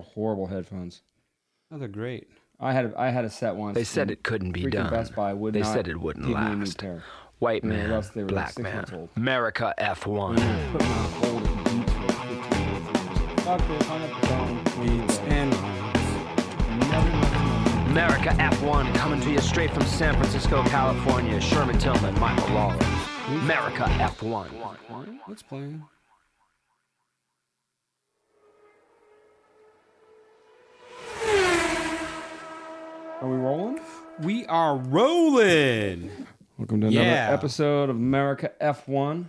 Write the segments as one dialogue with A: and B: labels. A: horrible headphones.
B: Oh, they're great.
A: I had a, I had a set once.
C: They said
A: and
C: it couldn't be
A: freaking
C: done.
A: Best Buy would
C: they
A: not
C: said it wouldn't
A: give me a new
C: last.
A: pair.
C: White
A: Or
C: man,
A: else they were
C: black
A: six
C: man,
A: months old.
C: America F1.
A: Put my old beat for 15 years ago. Doctor, hung up the phone,
B: Beats
A: cleaned
B: and rhymes.
A: up. Never left my mind.
C: America F1 coming to you straight from San Francisco, California. Sherman Tillman, Michael Lawler. America F1.
B: What's playing?
A: Are we rolling?
B: We are rolling.
A: Welcome to another
B: Yeah.
A: episode of America F1.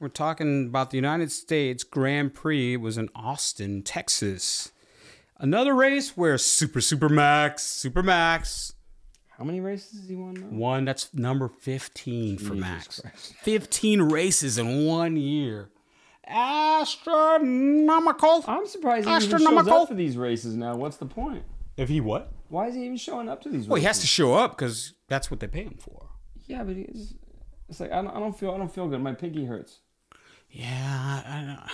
B: We're talking about the United States Grand Prix. It was in Austin, Texas. Another race where Super Super Max, Super Max
A: How many races has he won? Now?
B: won. That's number 15 for
A: Jesus
B: Max.
A: Christ.
B: 15 races in one year. Astronomical.
A: I'm surprised he even shows
B: Astronomical.
A: up to these races now. What's the point?
B: If he what?
A: Why is he even showing up to these?
B: Well, he has
A: races?
B: to show up because that's what they pay him for.
A: Yeah, but he's. It's like I don't, I don't feel. I don't feel good. My pinky hurts.
B: Yeah, I, I, don't-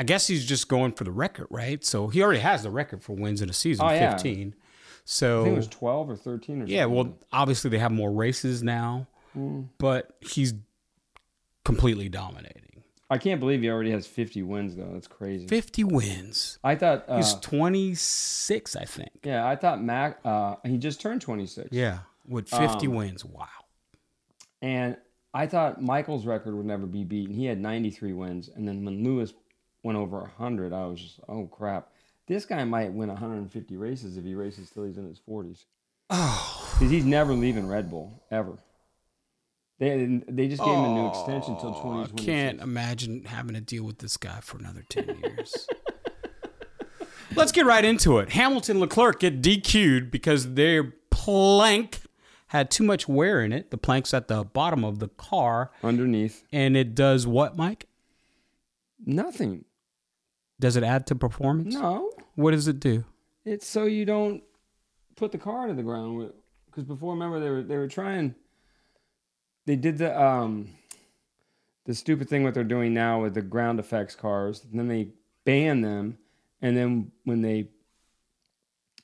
B: I guess he's just going for the record, right? So he already has the record for wins in a season,
A: Oh, yeah.
B: 15.
A: I
B: So
A: think it was twelve or thirteen or.
B: Oh. yeah,
A: something.
B: well, obviously they have more races now,
A: Mm.
B: but he's completely dominating.
A: I can't believe he already has fifty wins though. That's crazy.
B: 50 wins.
A: I thought. Uh,
B: He's 26, I think.
A: yeah, I thought Mac. Uh, he just turned twenty six.
B: Yeah, with 50
A: Um.
B: wins. Wow.
A: And I thought Michael's record would never be beaten. He had 93 wins. And then when Lewis went over 100, I was just, oh crap. This guy might win 150 races if he races till he's in his 40s.
B: Oh,
A: Because he's never leaving Red Bull, ever. They, they just gave him a new extension till
B: I
A: 2026.
B: can't imagine having to deal with this guy for another 10 years. Let's get right into it. Hamilton Leclerc get DQ'd because their plank had too much wear in it. The plank's at the bottom of the car,
A: Underneath,
B: and it does what, Mike?
A: nothing.
B: Does it add to performance?
A: No.
B: What does it do?
A: It's so you don't put the car to the ground. Because before, remember, they were, they were trying. They did the. um the stupid thing what they're doing now with the ground effects cars. And then they ban them, and then when they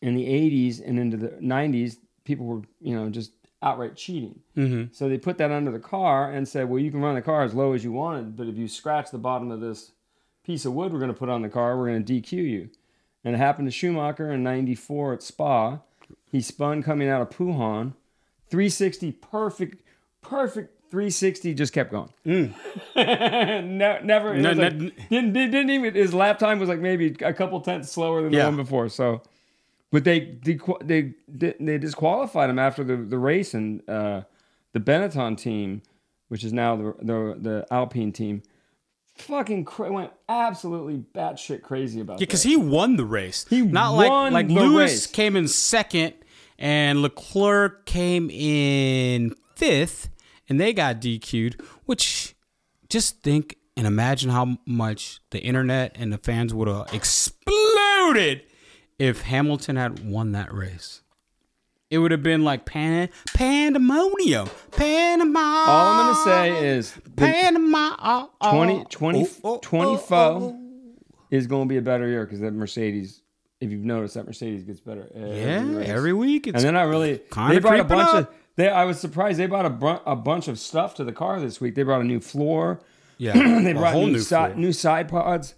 A: in the '80s and into the '90s, people were you know just outright cheating.
B: Mhm.
A: So they put that under the car and said, well, you can run the car as low as you wanted, but if you scratch the bottom of this piece of wood we're going to put on the car, we're going to DQ you. And it happened to Schumacher in '94 at Spa. He spun coming out of Puhan, 360 perfect, perfect 360 just kept going. no, never. it
B: Mm. No,
A: was like-
B: no-
A: didn't, didn't even his lap time was like maybe a couple tenths slower than
B: Yeah.
A: the one before. So, but they dequ- they they- they disqualified him after the, the race and uh, the Benetton team, which is now the the, the Alpine team, fucking cra- went absolutely batshit crazy about
B: Yeah,
A: that.
B: because he won the race.
A: He
B: not
A: won
B: like like
A: the
B: Lewis
A: race.
B: came in second, and Leclerc came in fifth, and they got DQ'd. Which just think and imagine how much the internet and the fans would have exploded if Hamilton had won that race. It would have been like pan pandemonium, pandemonium.
A: All I'm gonna
B: Oh,
A: say is the
B: Panama. Oh,
A: 20, 20 24 is going to be a better year because that Mercedes. If you've noticed, that Mercedes gets better. Every
B: Yeah,
A: race.
B: every week. It's
A: And then I really
B: kinda
A: they brought a
B: creeping
A: bunch
B: up.
A: of they. I was surprised they brought a, br- a bunch of stuff to the car this week. They brought a new floor.
B: yeah,
A: They
B: a
A: brought
B: whole
A: new
B: new
A: si-
B: floor.
A: new side pods.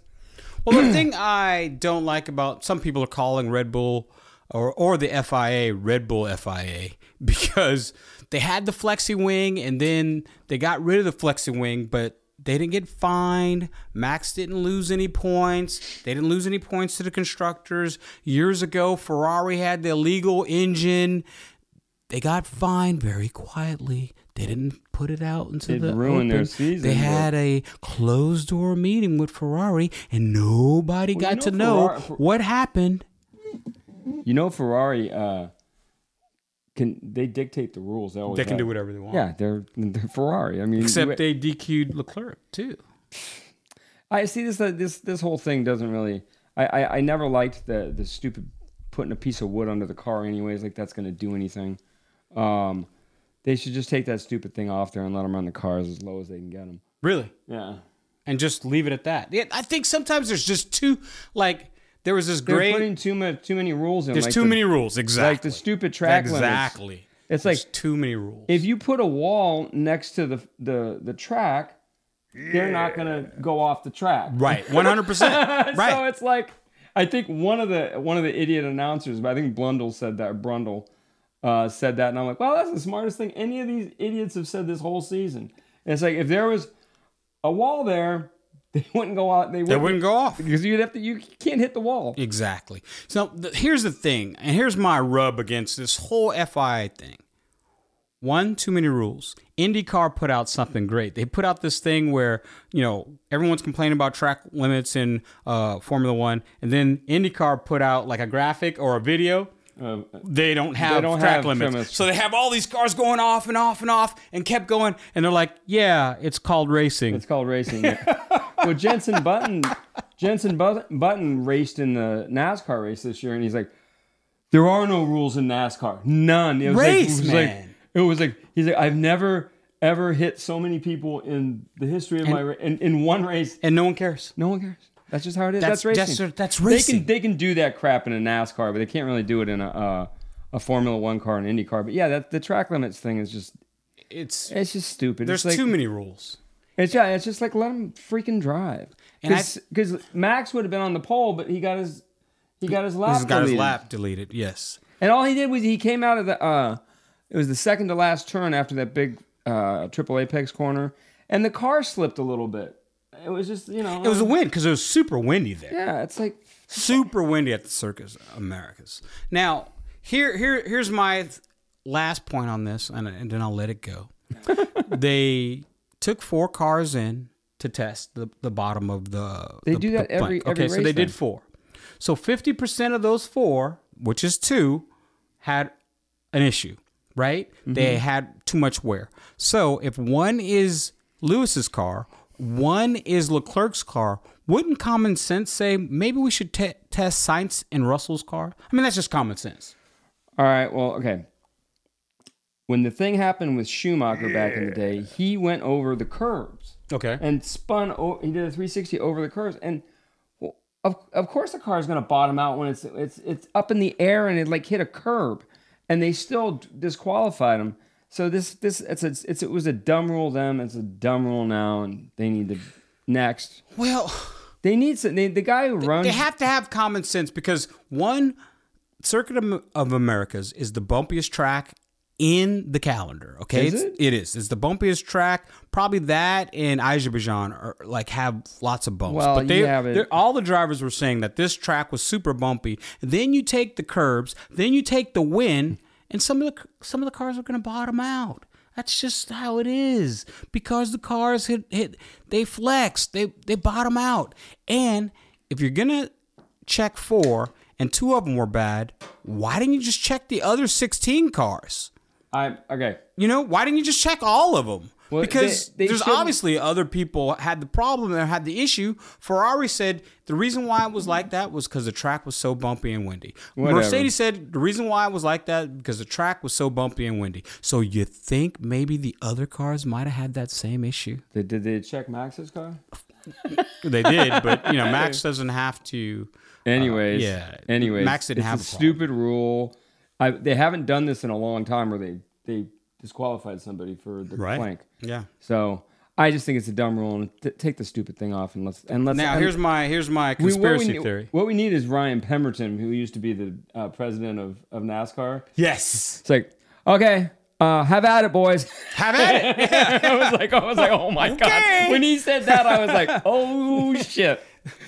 B: Well, the thing I don't like about some people are calling Red Bull or or the FIA Red Bull FIA because they had the flexi wing and then they got rid of the flexi wing, but they didn't get fined. Max didn't lose any points. They didn't lose any points to the constructors. Years ago, Ferrari had the illegal engine. They got fined very quietly. They didn't put it out into
A: It
B: the
A: ruined their
B: open.
A: season,
B: They
A: but-
B: had a closed door meeting with Ferrari, and nobody
A: Well,
B: got
A: you know
B: to know
A: Ferrari- Fer-
B: what happened.
A: You know Ferrari uh, can they dictate the rules? They, always have.
B: whatever they want.
A: Yeah, they're they're Ferrari. I mean, you-
B: Except they DQ'd Leclerc too.
A: I see this this this whole thing doesn't really. I, I I never liked the the stupid putting a piece of wood under the car. Anyways, like that's gonna do anything. Um, they should just take that stupid thing off there and let them run the cars as low as they can get them.
B: Really?
A: Yeah.
B: And just leave it at that. Yeah, I think sometimes there's just too like There was this
A: They're
B: great.
A: putting too much, too many rules in.
B: there's
A: like
B: too
A: the-
B: many rules. Exactly.
A: like the stupid track limits.
B: Exactly.
A: It's
B: There's
A: like-
B: too many rules.
A: If you put a wall next to the the the track, they're not gonna go off the track.
B: right. One hundred percent. Right.
A: So it's like I think one of the one of the idiot announcers, but I think Blundell said that or Brundle uh, said that, and I'm like, well, that's the smartest thing any of these idiots have said this whole season. And it's like if there was a wall there, they wouldn't go out. They
B: they
A: wouldn't,
B: wouldn't go off.
A: because you'd have to. You can't hit the wall.
B: Exactly. So th- here's the thing, and here's my rub against this whole FIA thing. One, too many rules. IndyCar put out something great. They put out this thing where, you know, everyone's complaining about track limits in uh, Formula One, and then IndyCar put out like a graphic or a video. they don't have
A: Um, don't
B: track
A: have
B: limits.
A: limits.
B: So they have all these cars going off and off and off and kept going, and they're like, yeah, it's called racing.
A: It's called racing. well, Jensen Button, Jensen Bu- Button raced in the NASCAR race this year, and he's like, "There are no rules in NASCAR. None." It was
B: Race,
A: like, it was
B: man.
A: Like, it was like he's like, "I've never ever hit so many people in the history of my ra- in, in one race.
B: and no one cares.
A: No one cares. That's just how it is.
B: That's-
A: That's,
B: that's-
A: racing.
B: that's
A: They
B: racing.
A: can they can do that crap in a NASCAR, but they can't really do it in a." Uh, a Formula One car and Indy car, but yeah, that the track limits thing is just—it's
B: It's
A: just stupid.
B: there's
A: it's like,
B: too many rules.
A: it's yeah, it's just like let him freaking drive.
B: And I-
A: Because Max would have been on the pole, but he got his he got his lap.
B: He's got his
A: deleted.
B: lap deleted. Yes.
A: And all he did was he came out of the uh it was the second to last turn after that big uh triple apex corner, and the car slipped a little bit. It was just you know
B: It was a wind because it was super windy there.
A: yeah, it's like
B: Super windy at the Circus Americas. Now, here, here, here's my th- last point on this, and, and then I'll let it go. they took four cars in to test the, the bottom of the. They
A: do that every-
B: Okay,
A: every
B: so
A: race
B: they
A: then.
B: did four. So fifty percent of those four, which is two, had an issue, right?
A: Mm-hmm.
B: They had too much wear. So if one is Lewis's car, one is Leclerc's car, wouldn't common sense say maybe we should te- test Sainz and Russell's car? I mean, that's just common sense.
A: all right, well, okay. When the thing happened with Schumacher back in the day, he went over the curves.
B: Okay.
A: and spun. o he did a 360 over the curves, and well, of of course the car is going to bottom out when it's it's it's up in the air and it like hit a curb, and they still disqualified him. So this this it's a, it's it was a dumb rule then. It's a dumb rule now, and they need to next.
B: well,
A: They need some. They, the guy who runs.
B: they have to have common sense because one Circuit of- of Americas is the bumpiest track in the calendar. Okay,
A: Is
B: It's-
A: it?
B: it is. It's the bumpiest track. Probably that and Azerbaijan are like have lots of bumps.
A: Well,
B: but they,
A: yeah, but-
B: they're- all the drivers were saying that this track was super bumpy. Then you take the curbs, then you take the wind, and some of the some of the cars are going to bottom out. That's just how it is because the cars hit hit they flex, they they bottom out. And if you're going to check 4 and two of them were bad, why didn't you just check the other 16 cars?
A: I okay.
B: You know, why didn't you just check all of them?
A: Well,
B: because
A: they- they
B: there's
A: shouldn't-
B: obviously other people had the problem and had the issue. Ferrari said the reason why it was like that was because the track was so bumpy and windy.
A: Whatever.
B: Mercedes said the reason why it was like that because the track was so bumpy and windy. So you think maybe the other cars might have had that same issue?
A: They, did they check Max's car?
B: They did, but you know, Max doesn't have to.
A: Anyways,
B: Uh, yeah.
A: Anyways,
B: Max didn't
A: it's
B: have
A: a
B: a problem.
A: stupid rule. I, they haven't done this in a long time, where they they disqualified somebody for the
B: Right.
A: plank.
B: Yeah.
A: So I just think it's a dumb rule, and t- take the stupid thing off, and let's and let's.
B: Now
A: and
B: here's my here's my
A: we- what
B: conspiracy
A: we need-
B: theory.
A: What we need is Ryan Pemberton, who used to be the uh, president of of NASCAR.
B: Yes,
A: It's like, okay, uh, have at it, boys.
B: have at it.
A: I was like, I was like, oh my
B: Okay.
A: god. When he said that, I was like, oh shit.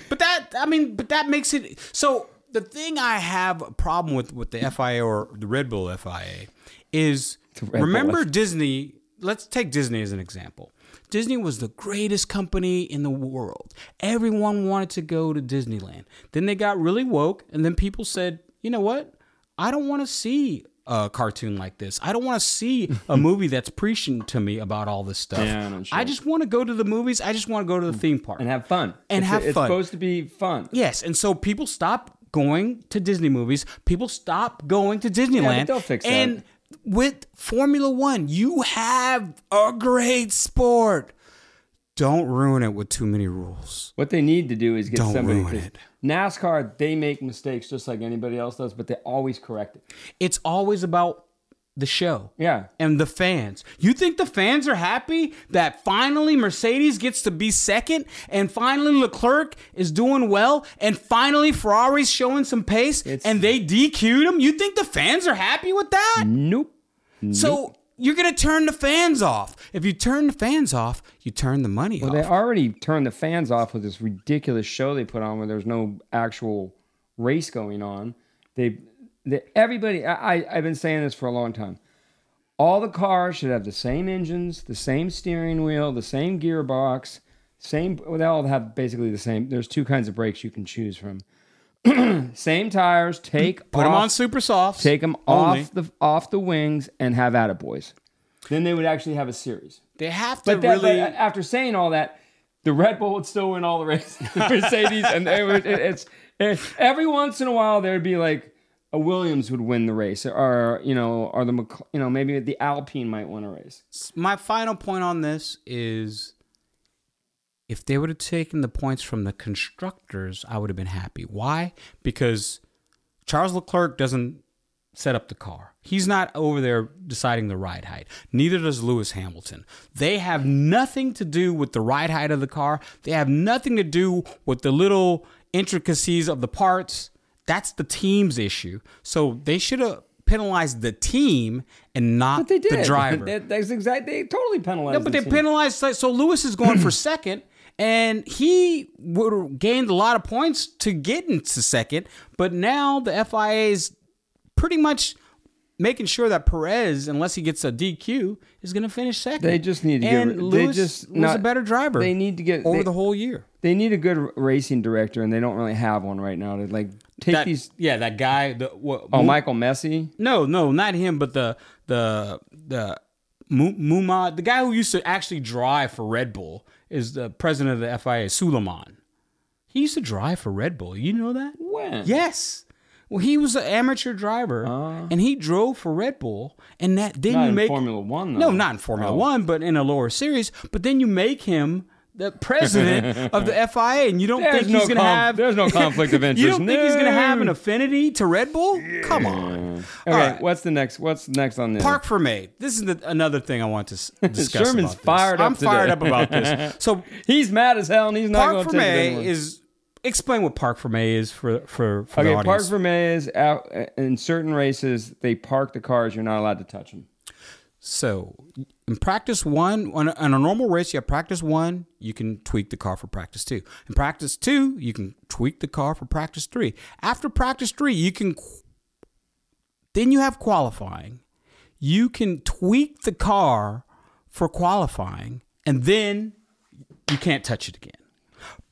B: But that, I mean, but that makes it so. The thing I have a problem with with the FIA or the Red Bull FIA is
A: Bull
B: remember Disney. Let's take Disney as an example. Disney was the greatest company in the world. Everyone wanted to go to Disneyland. Then they got really woke, and then people said, "You know what? I don't want to see a cartoon like this. I don't want to see a movie that's preaching to me about all this stuff.
A: Yeah, I know,
B: I
A: sure.
B: just want to go to the movies. I just want to go to the theme park
A: And have fun.
B: And
A: It's-
B: have
A: It's
B: fun.
A: supposed to be fun.
B: Yes, and so people stop going to Disney movies. People stop going to Disneyland.
A: they'll fix that.
B: And with Formula One, you have a great sport. Don't ruin it with too many rules.
A: What they need to do is get
B: Don't
A: somebody.
B: ruin
A: 'cause
B: it.
A: NASCAR, they make mistakes just like anybody else does, but they always correct it.
B: It's always about the show.
A: Yeah.
B: and the fans. You think the fans are happy that finally Mercedes gets to be second and finally Leclerc is doing well and finally Ferrari's showing some pace and they DQ'd him? You think the fans are happy with that?
A: Nope.
B: So you're going to turn the fans off. If you turn the fans off, you turn the money
A: Well,
B: off.
A: they already turned the fans off with this ridiculous show they put on where there's no actual race going on. They, they everybody, I, I, I've been saying this for a long time. All the cars should have the same engines, the same steering wheel, the same gearbox, same. Well, they all have basically the same. There's two kinds of brakes you can choose from. same tires. Take
B: Put them
A: off-
B: on super softs.
A: Take them
B: only.
A: off the off the wings and have attaboys. Then they would actually have a series.
B: They have to
A: But, that,
B: really.
A: but after saying all that, the Red Bull would still win all the races. The Mercedes and they would, it, it's it, every once in a while there'd be like a Williams would win the race, or you know, or the Mc- you know maybe the Alpine might win a race.
B: my final point on this is if they would have taken the points from the constructors, I would have been happy. Why? Because Charles Leclerc doesn't set up the car. He's not over there deciding the ride height. Neither does Lewis Hamilton. They have nothing to do with the ride height of the car. They have nothing to do with the little intricacies of the parts. That's the team's issue. So they should have penalized the team and not
A: But they did.
B: the driver.
A: That- that's exactly. They totally penalized.
B: No, but
A: the
B: they
A: team.
B: penalized. So so Lewis is going for second, and he would gained a lot of points to get into second. But now the FIA is pretty much making sure that Perez, unless he gets a DQ, is going to finish second.
A: They just need to get
B: and
A: rid- they
B: Lewis
A: just
B: was a
A: not-
B: better driver.
A: they need to get-
B: over
A: they-
B: the whole year.
A: They need a good r- racing director, and they don't really have one right now to like take
B: That-
A: these.
B: yeah, that guy. The, what,
A: Oh, Michael Messi.
B: No, no, not him, but the the the Mu- Mumad, the guy who used to actually drive for Red Bull, is the president of the FIA, Suleiman. He used to drive for Red Bull. You know that?
A: When?
B: Yes. Well, he was an amateur driver, and he drove for Red Bull, and that then
A: Uh. Not
B: you
A: in
B: make
A: Formula One,
B: No,
A: though.
B: not in Formula
A: Oh.
B: One, but in a lower series. But then you make him the president of the FIA, and you don't
A: There's
B: think
A: no
B: he's going to
A: conf-
B: have
A: there's no conflict of
B: You
A: interest.
B: don't think he's going to have an
A: No.
B: affinity to Red Bull? Come on.
A: Okay,
B: All right.
A: what's the next? What's next on this?
B: Park for May. This is the, another thing I want to s- discuss.
A: Sherman's
B: about this.
A: fired up
B: I'm fired
A: today.
B: up about this. So
A: He's mad as hell, and he's not going
B: Park
A: to
B: for
A: take it
B: May
A: anymore.
B: is explain what Park for May is for for, for the
A: Okay, park
B: audience.
A: vermeil is out in certain races. They park the cars. You're not allowed to touch them.
B: so in practice one, on a, on a normal race, you have practice one, you can tweak the car for practice two. In practice two, you can tweak the car for practice three. After practice three, you can qu- then you have qualifying. You can tweak the car for qualifying, and then you can't touch it again.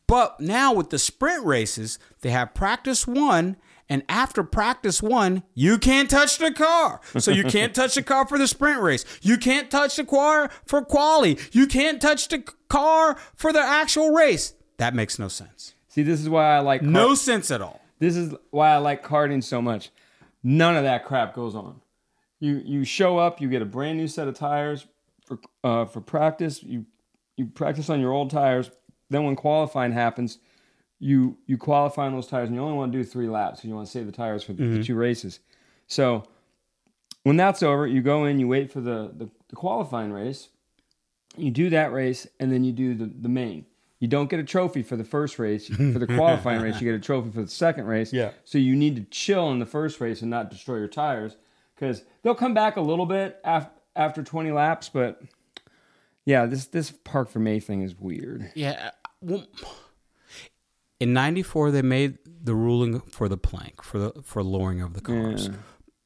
B: But now with the sprint races, they have practice one, and after practice one, you can't touch the car. So you can't touch the car for the sprint race. You can't touch the car for quali. You can't touch the c- car for the actual race. That makes no sense.
A: See, this is why I like car-
B: No sense at all.
A: This is why I like karting so much. None of that crap goes on. You you show up, you get a brand new set of tires for uh, for practice. You you practice on your old tires. Then when qualifying happens, you you qualify on those tires, and you only want to do three laps because you want to save the tires for the, the two races. So when that's over, you go in, you wait for the, the, the qualifying race, you do that race, and then you do the, the main. You don't get a trophy for the first race. For the qualifying race, you get a trophy for the second race.
B: Yeah.
A: So you need to chill in the first race and not destroy your tires because they'll come back a little bit af- after 20 laps. But yeah, this, this Park for May thing is weird.
B: Yeah. Well, in '94, they made the ruling for the plank for the for lowering of the cars,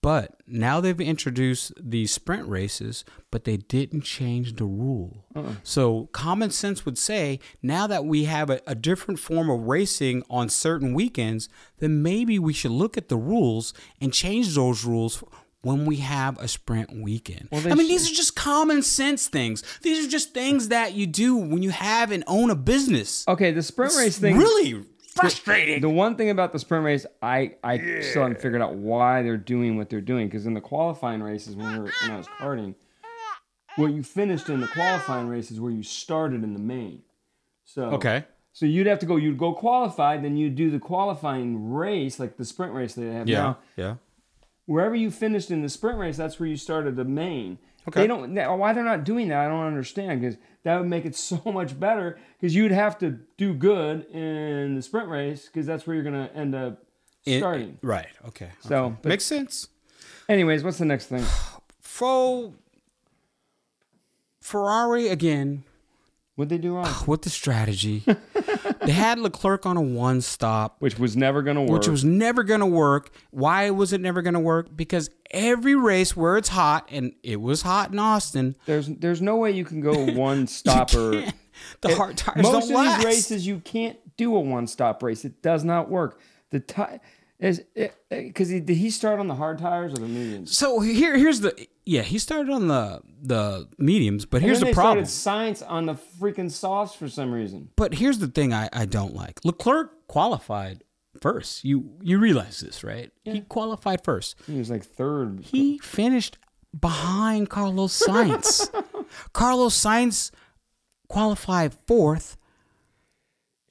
B: but now they've introduced the sprint races, but they didn't change the rule.
A: Uh-uh.
B: So common sense would say now that we have a, a different form of racing on certain weekends, then maybe we should look at the rules and change those rules. When we have a sprint weekend, I mean, these are just common sense things. These are just things that you do when you have and own a business.
A: Okay, the sprint race thing.
B: Really frustrating.
A: The one thing about the sprint race, I I still haven't figured out why they're doing what they're doing. Because in the qualifying races, when, we were, when I was karting, what you finished in the qualifying race is where you started in the main. So
B: Okay.
A: So you'd have to go. You'd go qualified, then you do the qualifying race, like the sprint race that they have
B: Yeah.
A: now.
B: Yeah.
A: Wherever you finished in the sprint race, that's where you started the main.
B: Okay.
A: They don't now, why they're not doing that. I don't understand because that would make it so much better because you'd have to do good in the sprint race because that's where you're gonna end up
B: In-
A: starting.
B: right. Okay.
A: So,
B: okay.
A: but-
B: makes sense.
A: Anyways, what's the next thing?
B: Fro Ferrari again
A: What'd they do wrong?
B: with the strategy. they had Leclerc on a one stop.
A: Which was never gonna work.
B: which was never going to work. Why was it never going to work? Because every race where it's hot, and it was hot in Austin,
A: there's there's no way you can go one stopper.
B: the hard tires
A: Most of
B: don't last.
A: these races, you can't do a one stop race. It does not work. The tire is because he did he start on the hard tires or the mediums?
B: So here, here's the yeah. He started on the the mediums, but here's
A: And then
B: the
A: they
B: problem.
A: Started science on the freaking softs for some reason.
B: But here's the thing I, I don't like. Leclerc qualified first. You you realize this, right? He qualified first.
A: He was like third.
B: He finished behind Carlos Sainz. Carlos Sainz qualified fourth.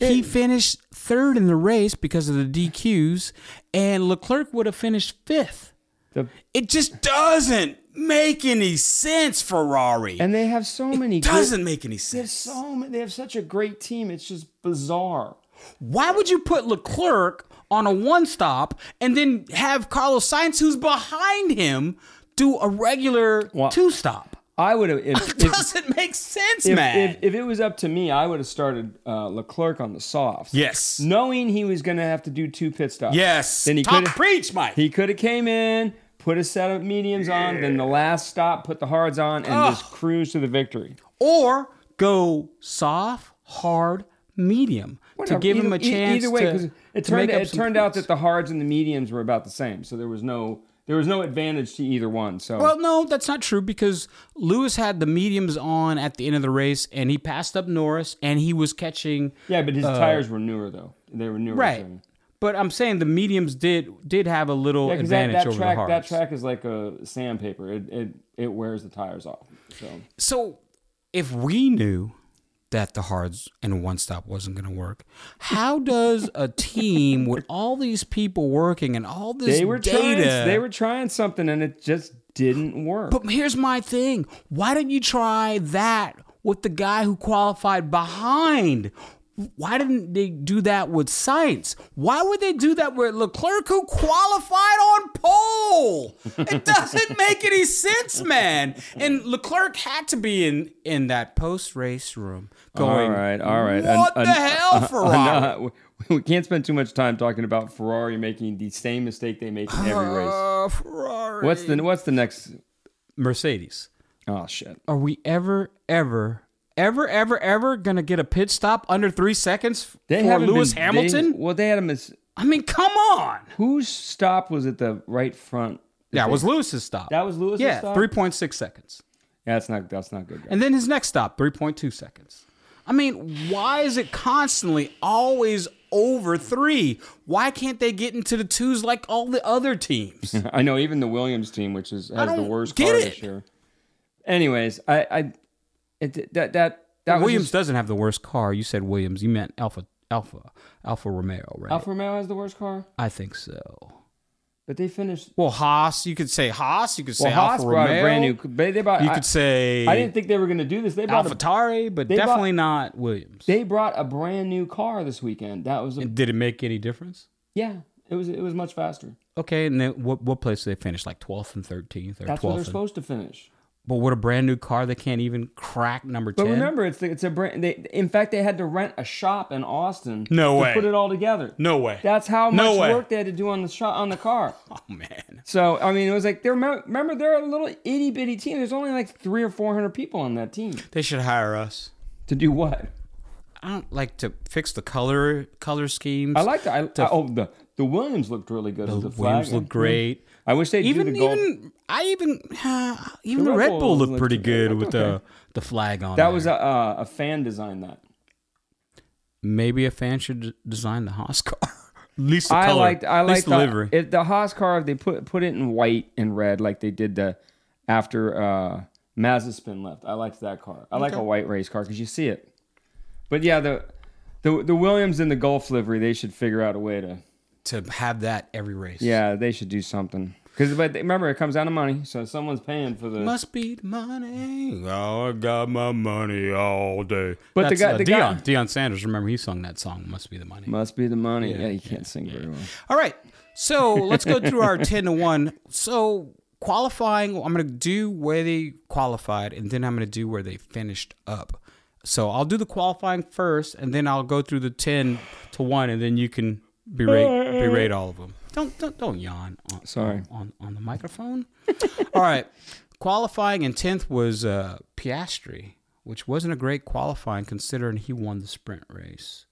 B: He finished third in the race because of the DQs, and Leclerc would have finished fifth.
A: The-
B: It just doesn't make any sense, Ferrari.
A: and they have so many. great-
B: doesn't make any
A: they have
B: sense.
A: so many, They have such a great team. It's just bizarre.
B: Why would you put Leclerc on a one stop and then have Carlos Sainz, who's behind him, do a regular
A: Well,
B: two stop?
A: I would have if, if,
B: Doesn't make sense,
A: if,
B: man.
A: if, if it was up to me, I would have started uh, Leclerc on the softs.
B: yes.
A: knowing he was going to have to do two pit stops.
B: Yes.
A: Then he
B: Talk
A: could
B: preach, Mike.
A: He could have came in, put a set of mediums on, then the last stop, put the hards on, and just cruise to the victory.
B: or go soft, hard, medium
A: Whatever,
B: to give him
A: either-
B: a
A: e-
B: chance
A: Either way,
B: to-
A: 'cause it
B: to
A: turned
B: make up
A: it
B: some
A: turned out that
B: points.
A: the hards and the mediums were about the same, so there was no there was no advantage to either one. So
B: Well, no, that's not true because Lewis had the mediums on at the end of the race and he passed up Norris and he was catching
A: yeah, but his tires were newer though. They were newer.
B: uh, Right.
A: so-
B: But I'm saying the mediums did did have a little
A: Yeah, 'cause that,
B: advantage
A: that
B: over
A: track
B: the
A: that
B: hards.
A: track is like a sandpaper. It it it wears the tires off. So
B: So if we knew that the hards and one stop wasn't going to work, how does a team with all these people working and all this
A: they were
B: data?
A: trying they were trying something and it just didn't work.
B: but here's my thing: Why didn't you try that with the guy who qualified behind? Why didn't they do that with science? Why would they do that with Leclerc, who qualified on pole? It doesn't make any sense, man. And Leclerc had to be in in that post race room going.
A: All right, all right.
B: What the hell, Ferrari?
A: we- we can't spend too much time talking about Ferrari making the same mistake they make in every race.
B: Uh, Ferrari.
A: What's the what's the next?
B: Mercedes?
A: Oh shit!
B: Are we ever, ever, ever, ever, ever gonna get a pit stop under three seconds
A: They
B: for
A: haven't
B: Lewis
A: been-
B: Hamilton?
A: They, well, they had a mis-
B: I mean, come on.
A: whose stop was at the right front?
B: Yeah, it was Lewis's stop.
A: That was Lewis's
B: yeah,
A: stop?
B: three point six seconds,
A: Yeah, that's not that's not good. guys.
B: and then his next stop, three point two seconds. I mean, why is it constantly always over three? Why can't they get into the twos like all the other teams?
A: I know even the Williams team, which is has the
B: don't
A: worst
B: get
A: car
B: it.
A: this year. Anyways, I I it, that that that
B: Williams
A: was
B: doesn't have the worst car. You said Williams. You meant Alpha Alpha Alpha Romeo, right?
A: Alfa Romeo has the worst car,
B: I think so.
A: but they finished.
B: Well, Haas. You could say Haas. You could say
A: Well, Haas
B: Alfa
A: brought
B: Romeo.
A: a brand new. They, they bought.
B: you
A: I,
B: could say
A: I didn't think they were going to do this. They bought a
B: AlphaTauri, but
A: they bought-
B: definitely not Williams.
A: They brought a brand new car this weekend. That was a,
B: Did it make any difference?
A: yeah. It was it was much faster.
B: Okay, and then what what place do they finish? Like twelfth and thirteenth, or
A: That's where they're
B: twelfth. and-
A: supposed to finish.
B: But with a brand new car, they can't even crack number
A: But
B: ten.
A: remember, it's the, it's a brand. They, in fact, they had to rent a shop in Austin.
B: No
A: to
B: way.
A: Put it all together.
B: No way.
A: That's how
B: No
A: much
B: way.
A: work they had to do on the shop on the car.
B: oh man,
A: So I mean, it was like they're remember they're a little itty bitty team. There's only like three or four hundred people on that team
B: they should hire us.
A: to do what?
B: I don't like to fix the color color schemes.
A: I like the I, I- oh the the Williams looked really good. as
B: the
A: the flag.
B: Williams look great.
A: I wish they
B: Even
A: do the gold.
B: even I even even the,
A: Red
B: Red
A: Bull
B: Bull looked
A: looked
B: pretty
A: okay.
B: good with the the flag on.
A: that
B: there.
A: was a, uh, a fan design that.
B: maybe a fan should d- design the Haas car. At least the
A: I
B: color.
A: liked I
B: At
A: liked
B: least the,
A: the,
B: livery.
A: It, the Haas car. If they put put it in white and red, like they did the after uh, Mazepin left. I liked that car. I like a white race car because you see it. But yeah, the the the Williams and the Golf livery, they should figure out a way to.
B: to have that every race.
A: Yeah, they should do something. Because but they- remember, it comes down to money, so someone's paying for the.
B: Must be the money. Oh, I got my money all day.
A: But the
B: That's,
A: guy-
B: uh,
A: the guy-
B: Dion, Dion Sanders. Remember, he sung that song. Must be the money.
A: Must be the money. Yeah, you can't sing very well.
B: All right. So let's go through our 10 to 1. So qualifying, I'm going to do where they qualified and then I'm going to do where they finished up. So I'll do the qualifying first and then I'll go through the 10 to 1 and then you can berate, berate all of them. Don't, don't, don't yawn on,
A: Sorry.
B: on, on the microphone. all right. Qualifying in 10th was uh, Piastri, which wasn't a great qualifying considering he won the sprint race.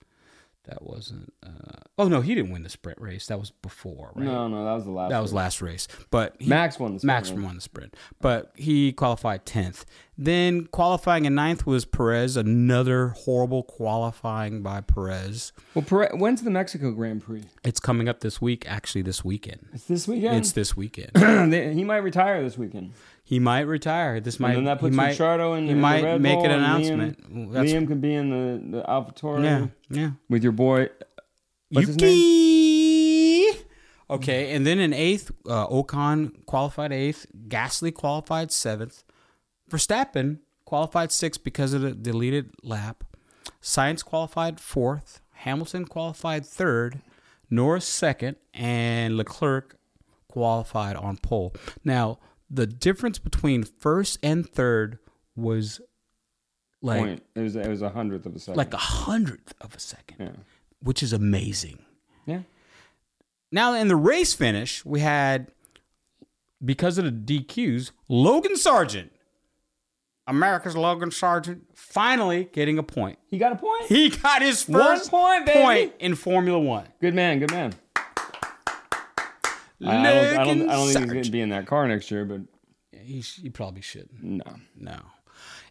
B: That wasn't. Uh, oh no, he didn't win the sprint race. That was before, right?
A: No, no, that was the last.
B: That was last race, but he,
A: Max won the sprint
B: Max
A: race.
B: won the sprint, but he qualified tenth. Then qualifying in ninth was Perez. Another horrible qualifying by Perez.
A: Well, Pere- when's the Mexico Grand Prix?
B: It's coming up this week, actually this weekend.
A: It's this weekend.
B: It's this weekend.
A: They- he might retire this weekend.
B: he might retire. This might.
A: And then that puts
B: he might,
A: Ricciardo in
B: He
A: in the
B: might
A: Red
B: make
A: Bull
B: an
A: and
B: announcement.
A: Liam,
B: That's-
A: Liam could be in the the AlphaTauri
B: yeah, yeah.
A: with your boy. What's his
B: Yuki. Okay, and then in eighth, uh, Ocon qualified eighth. Gasly qualified seventh. Verstappen qualified sixth because of the deleted lap. Science qualified fourth. Hamilton qualified third. Norris second, and Leclerc qualified on pole. Now the difference between first and third was like
A: Point. It was it was a hundredth of a second.
B: like a hundredth of a second, which is amazing.
A: yeah.
B: Now in the race finish, we had because of the DQs, Logan Sargent, America's Logan Sargent, finally getting a point.
A: He got a point.
B: He got his
A: One
B: first
A: point, baby.
B: point in Formula One.
A: Good man. Good man. I, I don't, I don't, I don't think he's
B: Sargent.
A: gonna be in that car next year, but
B: He, sh- he probably shouldn't.
A: no.
B: No.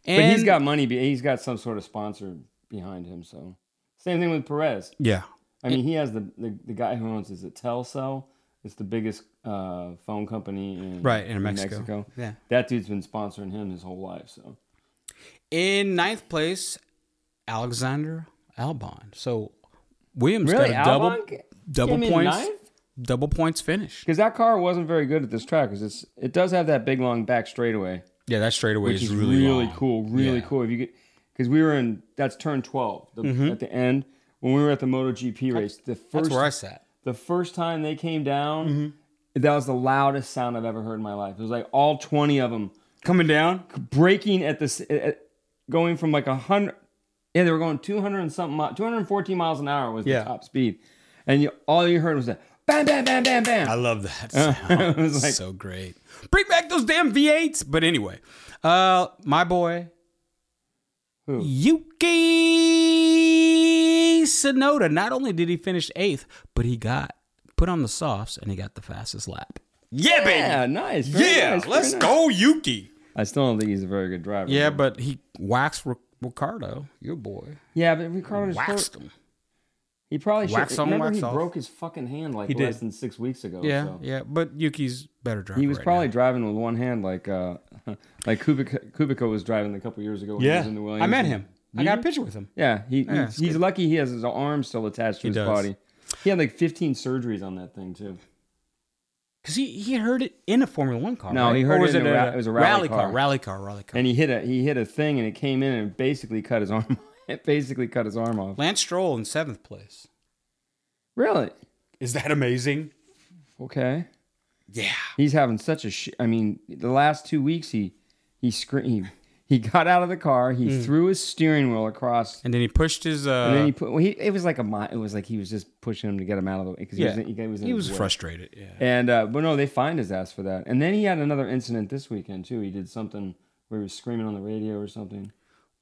A: But
B: And
A: he's got money. be- He's got some sort of sponsor behind him. So same thing with Perez.
B: yeah.
A: I mean, he has the the, the guy who owns is it Telcel. It's the biggest uh, phone company in
B: Right, in Mexico. Yeah.
A: that dude's been sponsoring him his whole life. So
B: In ninth place, Alexander Albon. So Williams
A: really,
B: got a
A: Albon
B: double
A: ca-
B: double
A: came in
B: points,
A: ninth?
B: double points finish.
A: Because that car wasn't very good at this track. 'cause it's it does have that big long back straightaway,
B: Yeah, that straightaway
A: which
B: is
A: is
B: really
A: really,
B: long.
A: cool, really
B: Yeah.
A: cool. If you get because we were in that's turn twelve the, at the end when we were at the MotoGP race. The first
B: Mm-hmm. That's where I Mm-hmm. sat.
A: the first time they came down, that was the loudest sound I've ever heard in my life. It was like all twenty of them
B: Coming down.
A: breaking at this, at- at- going from like a hundred. Yeah, they were going two hundred and something, mi- two hundred and fourteen miles an hour was
B: Yeah.
A: the top speed, and you, all you heard was that bam, bam, bam, bam, bam.
B: I love that. Sound.
A: It was like-
B: so great. Bring back those damn V8s. But anyway, uh, my boy
A: Who?
B: Yuki Sonoda. Not only did he finish eighth, but he got put on the softs and he got the fastest lap. Yeah,
A: yeah,
B: baby.
A: nice. very
B: Yeah,
A: nice, very
B: let's
A: nice.
B: go, Yuki.
A: I still don't think he's a very good driver.
B: Yeah, but he waxed Ri- Ricardo, your boy.
A: yeah, but Ricardo
B: Waxed him.
A: He probably should.
B: Waxed on,
A: remember he
B: waxed off.
A: broke his fucking hand like
B: He
A: less
B: did.
A: than six weeks ago.
B: Yeah,
A: so.
B: yeah. But Yuki's better driver.
A: He was
B: right now.
A: probably driving with one hand, like uh, like Kubica, Kubica was driving a couple years ago. When he was in the Williams.
B: I met him. I
A: Did
B: got a
A: you?
B: picture with him.
A: Yeah, he, he-
B: that's
A: he's lucky he has his arm still attached to his
B: does.
A: body. He had like 15 surgeries on that thing too.
B: Cause he, he heard it in a Formula One car.
A: No,
B: right?
A: he heard
B: Or
A: it
B: was
A: in a ra-
B: at
A: it was a rally car.
B: rally car, rally car.
A: And he hit a he hit a thing and it came in and basically cut his arm. It basically cut his arm off.
B: Lance Stroll in seventh place.
A: Really?
B: Is that amazing?
A: Okay.
B: Yeah,
A: He's having such a sh- I mean, the last two weeks he he screamed. He got out of the car. He threw his steering wheel across.
B: and then he pushed his. Mm. Uh,
A: And then he put. Well, he, it was like a. mi- It was like he was just pushing him to get him out of the way because he
B: yeah,
A: was. in- He was, in
B: he
A: his
B: was
A: way.
B: frustrated. Yeah,
A: And uh, but no, they fined his ass for that. And then he had another incident this weekend too. He did something where he was screaming on the radio or something.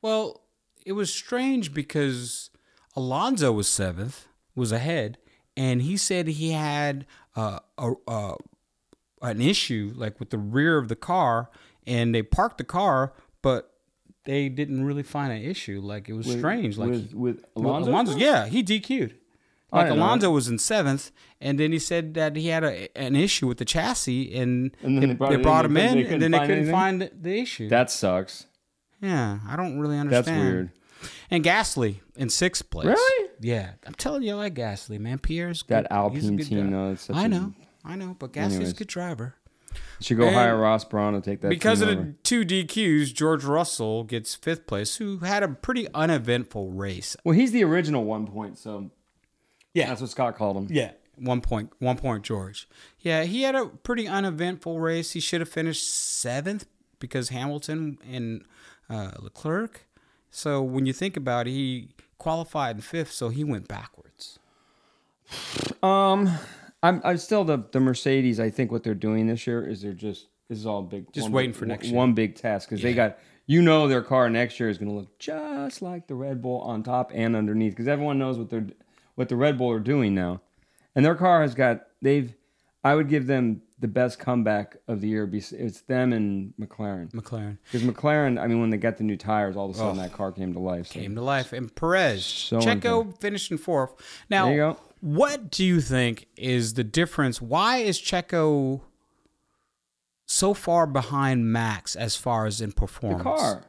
B: Well, it was strange because Alonso was seventh, was ahead, and he said he had uh, a, a an issue like with the rear of the car, and they parked the car, but they didn't really find an issue. Like it was strange. Like
A: with with
B: Well,
A: Alonso.
B: yeah, he DQ'd. Like
A: didn't know
B: Alonso was in seventh, and then he said that he had a, an issue with the chassis, and,
A: And then
B: they,
A: they brought
B: they
A: it in,
B: brought
A: they
B: him
A: couldn't-
B: in,
A: they
B: and then
A: couldn't
B: they
A: find
B: couldn't
A: anything?
B: find the issue.
A: That sucks.
B: yeah, I don't really
A: That's
B: understand.
A: weird.
B: And Gasly in sixth place.
A: Really?
B: Yeah. I'm telling you, I like Gasly, man. Pierre's
A: That
B: good. He's a
A: Alpine
B: good
A: team,
B: guy.
A: though, it's such
B: I
A: a-
B: know. I know. But Gasly's
A: Anyways.
B: a good driver.
A: Should go
B: And
A: hire Ross Brawn to take that
B: Because
A: team
B: of
A: over.
B: the two DQs, George Russell gets fifth place, who had a pretty uneventful race.
A: Well, he's the original one point, so
B: Yeah.
A: that's what Scott called him.
B: Yeah. One point, one point, George. Yeah, he had a pretty uneventful race. He should have finished seventh because Hamilton and uh, Leclerc. So when you think about it, he qualified in fifth, so he went backwards.
A: Um, I'm I'm still the the Mercedes. I think what they're doing this year is they're just this is all big.
B: Just
A: one
B: waiting
A: big-
B: for next
A: one,
B: year.
A: One big test because they got you know their car next year is going to look just like the Red Bull on top and underneath because everyone knows what they're what the Red Bull are doing now, and their car has got they've. I would give them the best comeback of the year. bes- It's them and McLaren
B: McLaren
A: because McLaren. I mean, when they got the new tires, all of a sudden that car came to life. so-
B: came to life, and Perez,
A: So
B: Checo finished in fourth. Now,
A: There you go.
B: what do you think is the difference? Why is Checo so far behind Max as far as in performance?
A: The car.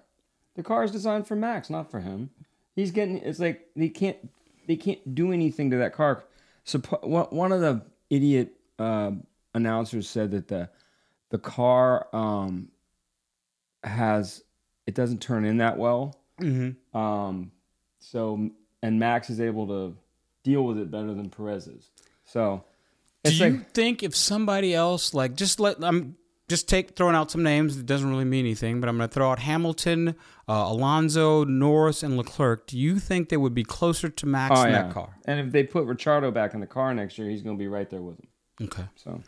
A: The car is designed for Max, not for him. He's getting. It's like they can't. They can't do anything to that car. Suppo- one one of the idiot uh, announcers said that the the car um, has it doesn't turn in that well. Mm-hmm. Um, so and Max is able to deal with it better than Perez is. So it's
B: Do
A: like
B: you think if somebody else like just let I'm just take throwing out some names that doesn't really mean anything, but I'm going to throw out Hamilton, uh, Alonso, Norris, and Leclerc. Do you think they would be closer to
A: Oh,
B: Max in that car?
A: And if they put Ricciardo back in the car next year, he's going to be right there with him.
B: Okay.
A: So.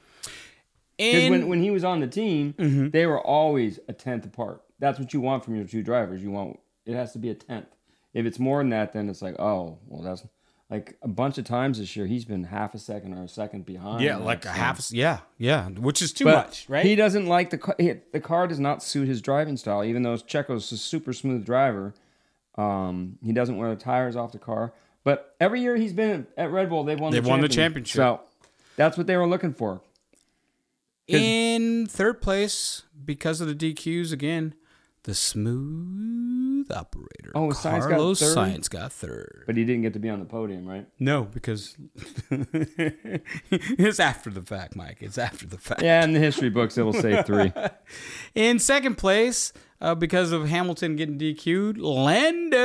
A: Because
B: And
A: when, when he was on the team,
B: Mm-hmm.
A: they were always a tenth apart. That's what you want from your two drivers. You want it has to be a tenth. If it's more than that, then it's like, oh, well, that's like a bunch of times this year he's been half a second or a second behind.
B: yeah, like a
A: Max.
B: half. s- Yeah, yeah, which is too
A: But
B: much, right?
A: He doesn't like the car. The car does not suit his driving style. Even though Checo's a super smooth driver, um, he doesn't wear the tires off the car. But every year he's been at Red Bull, they've won.
B: They've
A: the
B: won the
A: championship.
B: championship.
A: So that's what they were looking for.
B: in third place because of the DQs again. The smooth operator.
A: Oh, Sainz got
B: Carlos
A: third?
B: Sainz got third.
A: But he didn't get to be on the podium, right?
B: No, because it's after the fact, Mike. It's after the fact.
A: Yeah, in the history books it'll say three.
B: In second place, uh, because of Hamilton getting DQ'd, Lando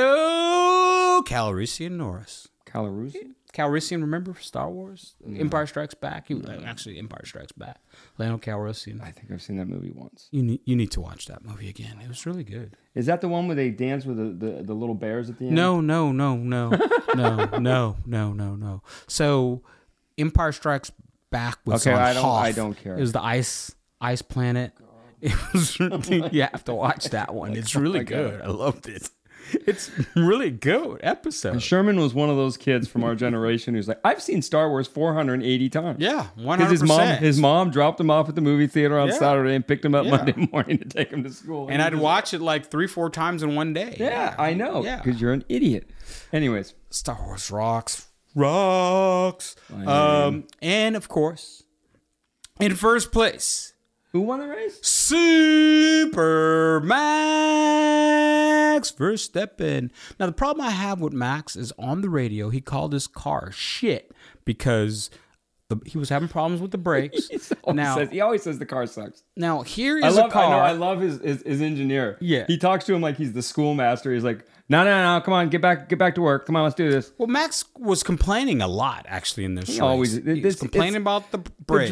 B: Calrissian Norris.
A: Calarusi?
B: Calrissian, remember Star Wars? Empire Strikes Back. He was uh, actually Empire Strikes Back. Lando Calrissian.
A: I think I've seen that movie once.
B: You need, you need to watch that movie again. It was really good.
A: Is that the one where they dance with the, the, the little bears at the end?
B: No, no, no, no, no, no, no, no, no. So, Empire Strikes Back was
A: Okay,
B: on
A: I don't-
B: Hoth.
A: I don't care. Oh.
B: It was the ice ice planet. It was. you have to watch that one. It's really good. I loved it. It's really good episode.
A: Sherman was one of those kids from our generation who's like, I've seen Star Wars 480 times.
B: Yeah,
A: Because
B: one hundred
A: his mom,
B: percent.
A: his mom dropped him off at the movie theater on
B: Yeah.
A: Saturday and picked him up
B: Yeah.
A: Monday morning to take him to school.
B: and I'd
A: he was-
B: watch it like three, four times in one day.
A: Yeah, I know.
B: Yeah.
A: Because you're an idiot. Anyways,
B: Star Wars rocks, rocks. Um, and of course, in first place,
A: who won the race?
B: Super Max Verstappen. Now, the problem I have with Max is on the radio, he called his car shit because the, he was having problems with the brakes.
A: Always
B: now,
A: says- he always says the car sucks.
B: now, here is
A: I love,
B: a
A: I, know,
B: car.
A: I love his, his his engineer.
B: Yeah.
A: he talks to him like he's the schoolmaster. He's like, no, no, no, come on, get back, get back to work. Come on, let's do this.
B: well, Max was complaining a lot, actually, in this race.
A: always-
B: he
A: this-
B: was
A: it's-
B: complaining about the brakes.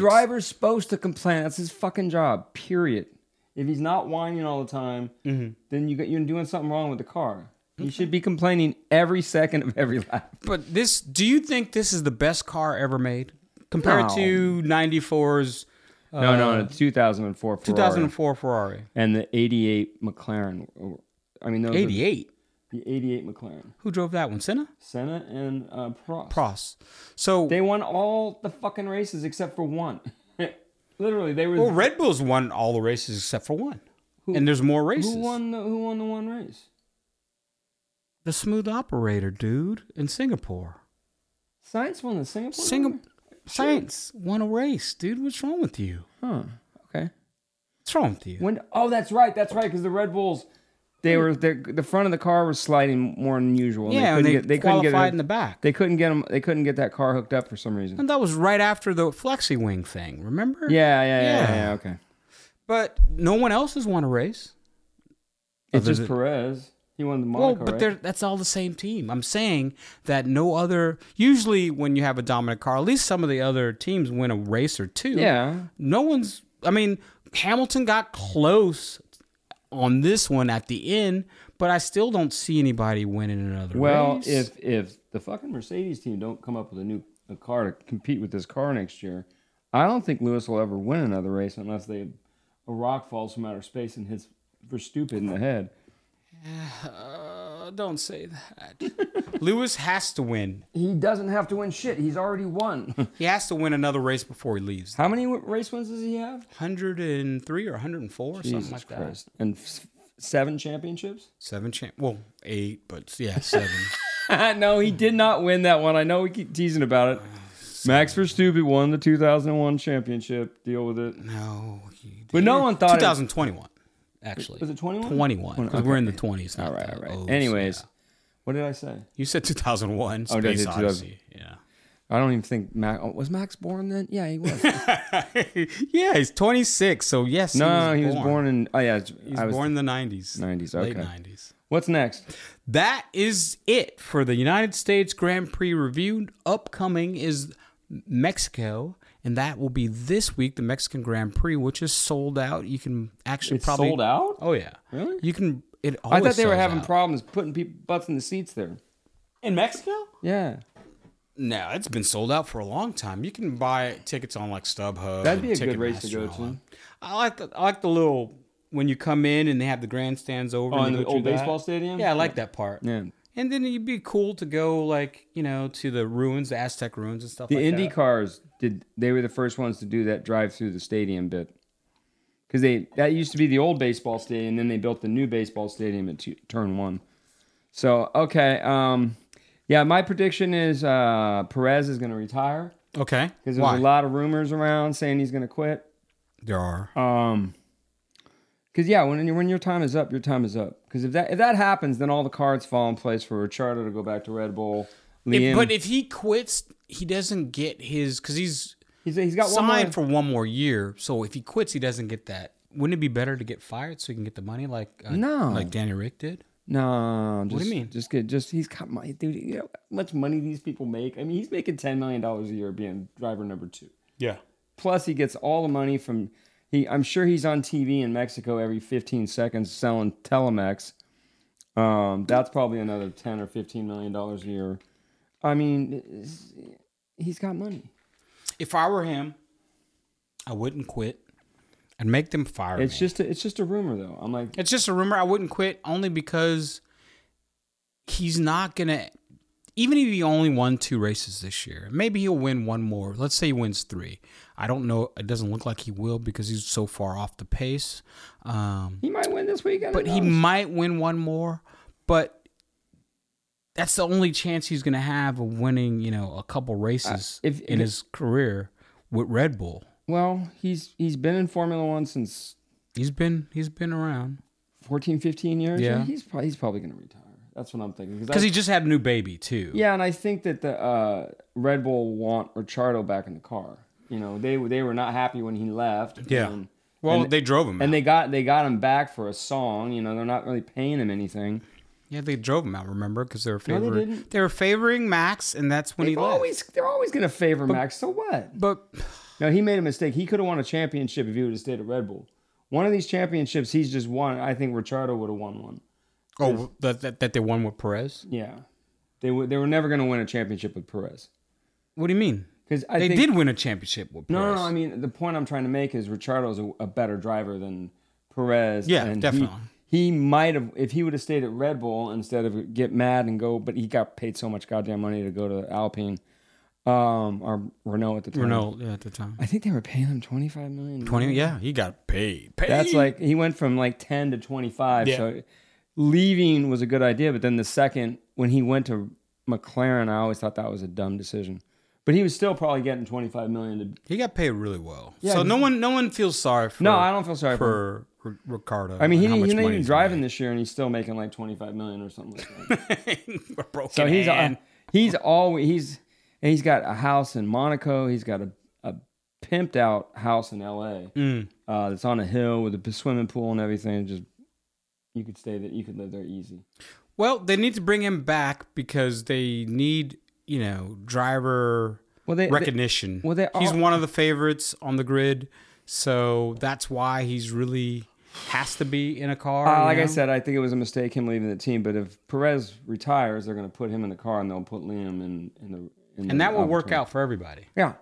A: The driver's supposed to complain. That's his fucking job. Period. If he's not whining all the time,
B: Mm-hmm.
A: then you got, you're doing something wrong with the car. You should be complaining every second of every lap.
B: But this, do you think this is the best car ever made compared
A: No.
B: to 94's
A: no, no, no. 2004 Ferrari
B: 2004 Ferrari?
A: and the 88 McLaren. I mean, those 88.
B: 88.
A: the 88 McLaren.
B: Who drove that one? Senna?
A: Senna and uh, Prost.
B: Pross. So
A: They won all the fucking races except for one. Literally, they were.
B: well, Red Bull's won all the races except for one, and there's more races.
A: who won the Who won the one race?
B: The smooth operator, dude, in Singapore.
A: Science won the Singapore.
B: Singapore.
A: one?
B: Science won a race, dude. What's wrong with you?
A: Huh. Okay.
B: What's wrong with you?
A: When oh, that's right, that's right, because the Red Bulls They were they, the front of the car was sliding more than usual. and
B: Yeah, and
A: couldn't
B: they,
A: get- they couldn't
B: qualified
A: get it-
B: in the back.
A: They couldn't get 'em- They couldn't get that car hooked up for some reason.
B: and that was right after the flexi wing thing. Remember?
A: Yeah, yeah, yeah,
B: Yeah.
A: yeah. yeah, okay.
B: But no one else has won a race.
A: It's
B: Other
A: just
B: than-
A: Perez. He won the
B: Well,
A: Monaco,
B: but
A: right?
B: they're, that's all the same team. I'm saying that no other. Usually, when you have a dominant car, at least some of the other teams win a race or two.
A: Yeah.
B: No one's. I mean, Hamilton got close on this one at the end, but I still don't see anybody winning another
A: Well,
B: race.
A: if if the fucking Mercedes team don't come up with a new a car to compete with this car next year, I don't think Lewis will ever win another race unless they a rock falls from outer space and hits for stupid in the head.
B: Uh, don't say that. Lewis has to win.
A: He doesn't have to win shit. He's already won.
B: He has to win another race before he leaves.
A: How many w- race wins does he have?
B: 103 or 104 or something like that.
A: And f- seven championships?
B: Seven champ. Well, eight, but yeah, seven.
A: no, he did not win that one. I know we keep teasing about it. Max Verstappen won the 2001 championship. Deal with it.
B: No, he
A: But no
B: didn't.
A: one thought it-
B: 2021. Actually,
A: Was it 21?
B: 21? Because we're in the 20s.
A: All
B: not
A: right,
B: the
A: all right.
B: O's,
A: Anyways,
B: yeah.
A: what did I say?
B: you said 2001.
A: Oh, did I
B: Space
A: say 2000?
B: Odyssey. Yeah.
A: I don't even think Max oh, was Max born then. Yeah, he was.
B: yeah, he's 26. So yes,
A: no,
B: he was born.
A: in. Oh yeah, it's-
B: He's
A: I was.
B: born in the 90s.
A: 90s,
B: Late
A: okay.
B: 90s.
A: What's next?
B: That is it for the United States Grand Prix review. Upcoming is Mexico, and that will be this week, the Mexican Grand Prix, which is sold out. You can actually
A: It's
B: probably
A: sold out.
B: Oh yeah,
A: Really?
B: You can. It
A: I
B: always
A: thought they were
B: sells
A: having
B: out.
A: problems putting people butts in the seats there.
B: in Mexico.
A: Yeah,
B: No, it's been sold out for a long time. You can buy tickets on like StubHub.
A: That'd
B: and
A: be a good race to
B: Ticketmaster
A: go
B: and all
A: to.
B: that. I like the, I like the little when you come in and they have the grandstands over. and
A: in
B: you
A: the
B: go through
A: old
B: that.
A: baseball stadium?
B: Yeah, I like that part.
A: yeah.
B: And then it'd be cool to go like you know to the ruins, the Aztec ruins and stuff.
A: The
B: like
A: Indy
B: that.
A: cars did. They were the first ones to do that drive through the stadium bit. Because they that used to be the old baseball stadium, then they built the new baseball stadium at t- turn one. So okay, um, yeah, my prediction is uh, Perez is going to retire.
B: Okay.
A: Because there's
B: Why?
A: a lot of rumors around saying he's going to quit.
B: there are.
A: Um, because yeah, when your when your time is up, your time is up. Because if that if that happens, then all the cards fall in place for Ricciardo to go back to Red Bull. Liam,
B: If- but if he quits, he doesn't get his because he's
A: he's, he's got one more.
B: signed for one more year. So if he quits, he doesn't get that. Wouldn't it be better to get fired so he can get the money like uh,
A: No.
B: like Danny Rick did?
A: no, just,
B: do you mean?
A: Just get just he's got money, dude. You know how much money these people make? I mean, he's making ten million dollars a year being driver number two.
B: Yeah.
A: Plus, he gets all the money from he. I'm sure he's on TV in Mexico every 15 seconds selling Telemex. Um, that's probably another 10 or 15 million dollars a year. I mean, it's- he's got money.
B: If I were him, I wouldn't quit. I'd make them fire
A: It's
B: me.
A: just a, it's just a rumor though. I'm like,
B: It's just a rumor. I wouldn't quit only because he's not gonna. Even if he only won two races this year, maybe he'll win one more. Let's say he wins three. I don't know. It doesn't look like he will because he's so far off the pace. Um,
A: he might win this weekend.
B: but he might win one more. But that's the only chance he's gonna have of winning. You know, a couple races
A: if-
B: in his career with Red Bull.
A: well, he's he's been in Formula One since
B: He's been he's been around
A: 14, 15 years.
B: Yeah.
A: he's probably he's probably gonna retire. That's what I'm thinking. I-
B: because he just had a new baby too.
A: Yeah, and I think that the uh, Red Bull want Ricciardo back in the car. You know, they they were not happy when he left.
B: Yeah.
A: And,
B: Well,
A: Um, and-
B: they drove him. out.
A: and they got they got him back for a song. You know, they're not really paying him anything.
B: Yeah, they drove him out. Remember, because they were
A: No, they
B: favoring. they,
A: didn't.
B: were favoring Max, and that's when
A: They've
B: he left.
A: always they're always gonna favor Max. So what?
B: but
A: No, he made a mistake. He could have won a championship if he would have stayed at Red Bull. One of these championships he's just won. I think Ricciardo would have won one.
B: oh, that, that that they won with Perez.
A: Yeah, they were they were never gonna win a championship with Perez
B: What do you mean?
A: because I
B: they
A: think,
B: did win a championship with Perez.
A: No, no, no. I mean, the point I'm trying to make is Ricciardo's a, a better driver than Perez.
B: Yeah,
A: and he-
B: definitely.
A: He, might have, if he would have stayed at Red Bull instead of get mad and go, but he got paid so much goddamn money to go to Alpine um, or Renault at the time.
B: Renault yeah, at the time.
A: I think they were paying him 25 million.
B: Twenty. Yeah, he got paid. paid.
A: That's like, he went from like 10 to 25.
B: Yeah.
A: So leaving was a good idea. But then the second, when he went to McLaren, I always thought that was a dumb decision. But he was still probably getting 25 million to.
B: he got paid really well.
A: Yeah,
B: so
A: he-
B: no one, no one feels sorry for.
A: No, I don't feel sorry for him.
B: for R- Ricardo.
A: I mean, he
B: and how
A: didn't,
B: much
A: he's not
B: money
A: even
B: he's
A: driving this year, and he's still making like twenty five million or something like that.
B: made. A broken
A: So he's
B: hand.
A: uh, he's always he's and he's got a house in Monaco. He's got a, a pimped out house in L.A.
B: Mm.
A: Uh, that's on a hill with a p- swimming pool and everything. Just you could stay there. You could live there easy.
B: well, they need to bring him back because they need you know driver
A: Well, they- they-
B: recognition.
A: well, they
B: he's
A: are-
B: one of the favorites on the grid, so that's why he's really has to be in a car.
A: Uh,
B: you
A: like I
B: know?
A: said, I think it was a mistake him leaving the team. But if Perez retires, they're going to put him in the car and they'll put Liam in in the in
B: and
A: the
B: that will work
A: Albatore.
B: out for everybody.
A: Yeah,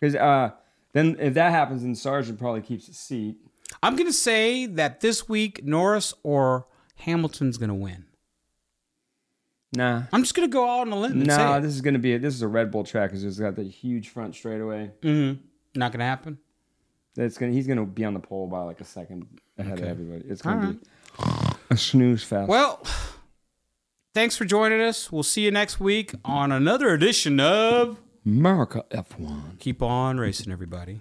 A: because uh, then if that happens, then Sargent probably keeps his seat.
B: I'm gonna say that this week Norris or Hamilton's gonna win.
A: Nah,
B: I'm just gonna go out on a limb and
A: No,
B: say it.
A: this is going to be a, this is a Red Bull track because it's got the huge front straightaway.
B: Mm-hmm. not gonna happen.
A: That's gonna he's going to be on the pole by like a second ahead of everybody. It's going to be a snooze fest.
B: Well, thanks for joining us. We'll see you next week on another edition of
A: America F one.
B: Keep On Racing, everybody.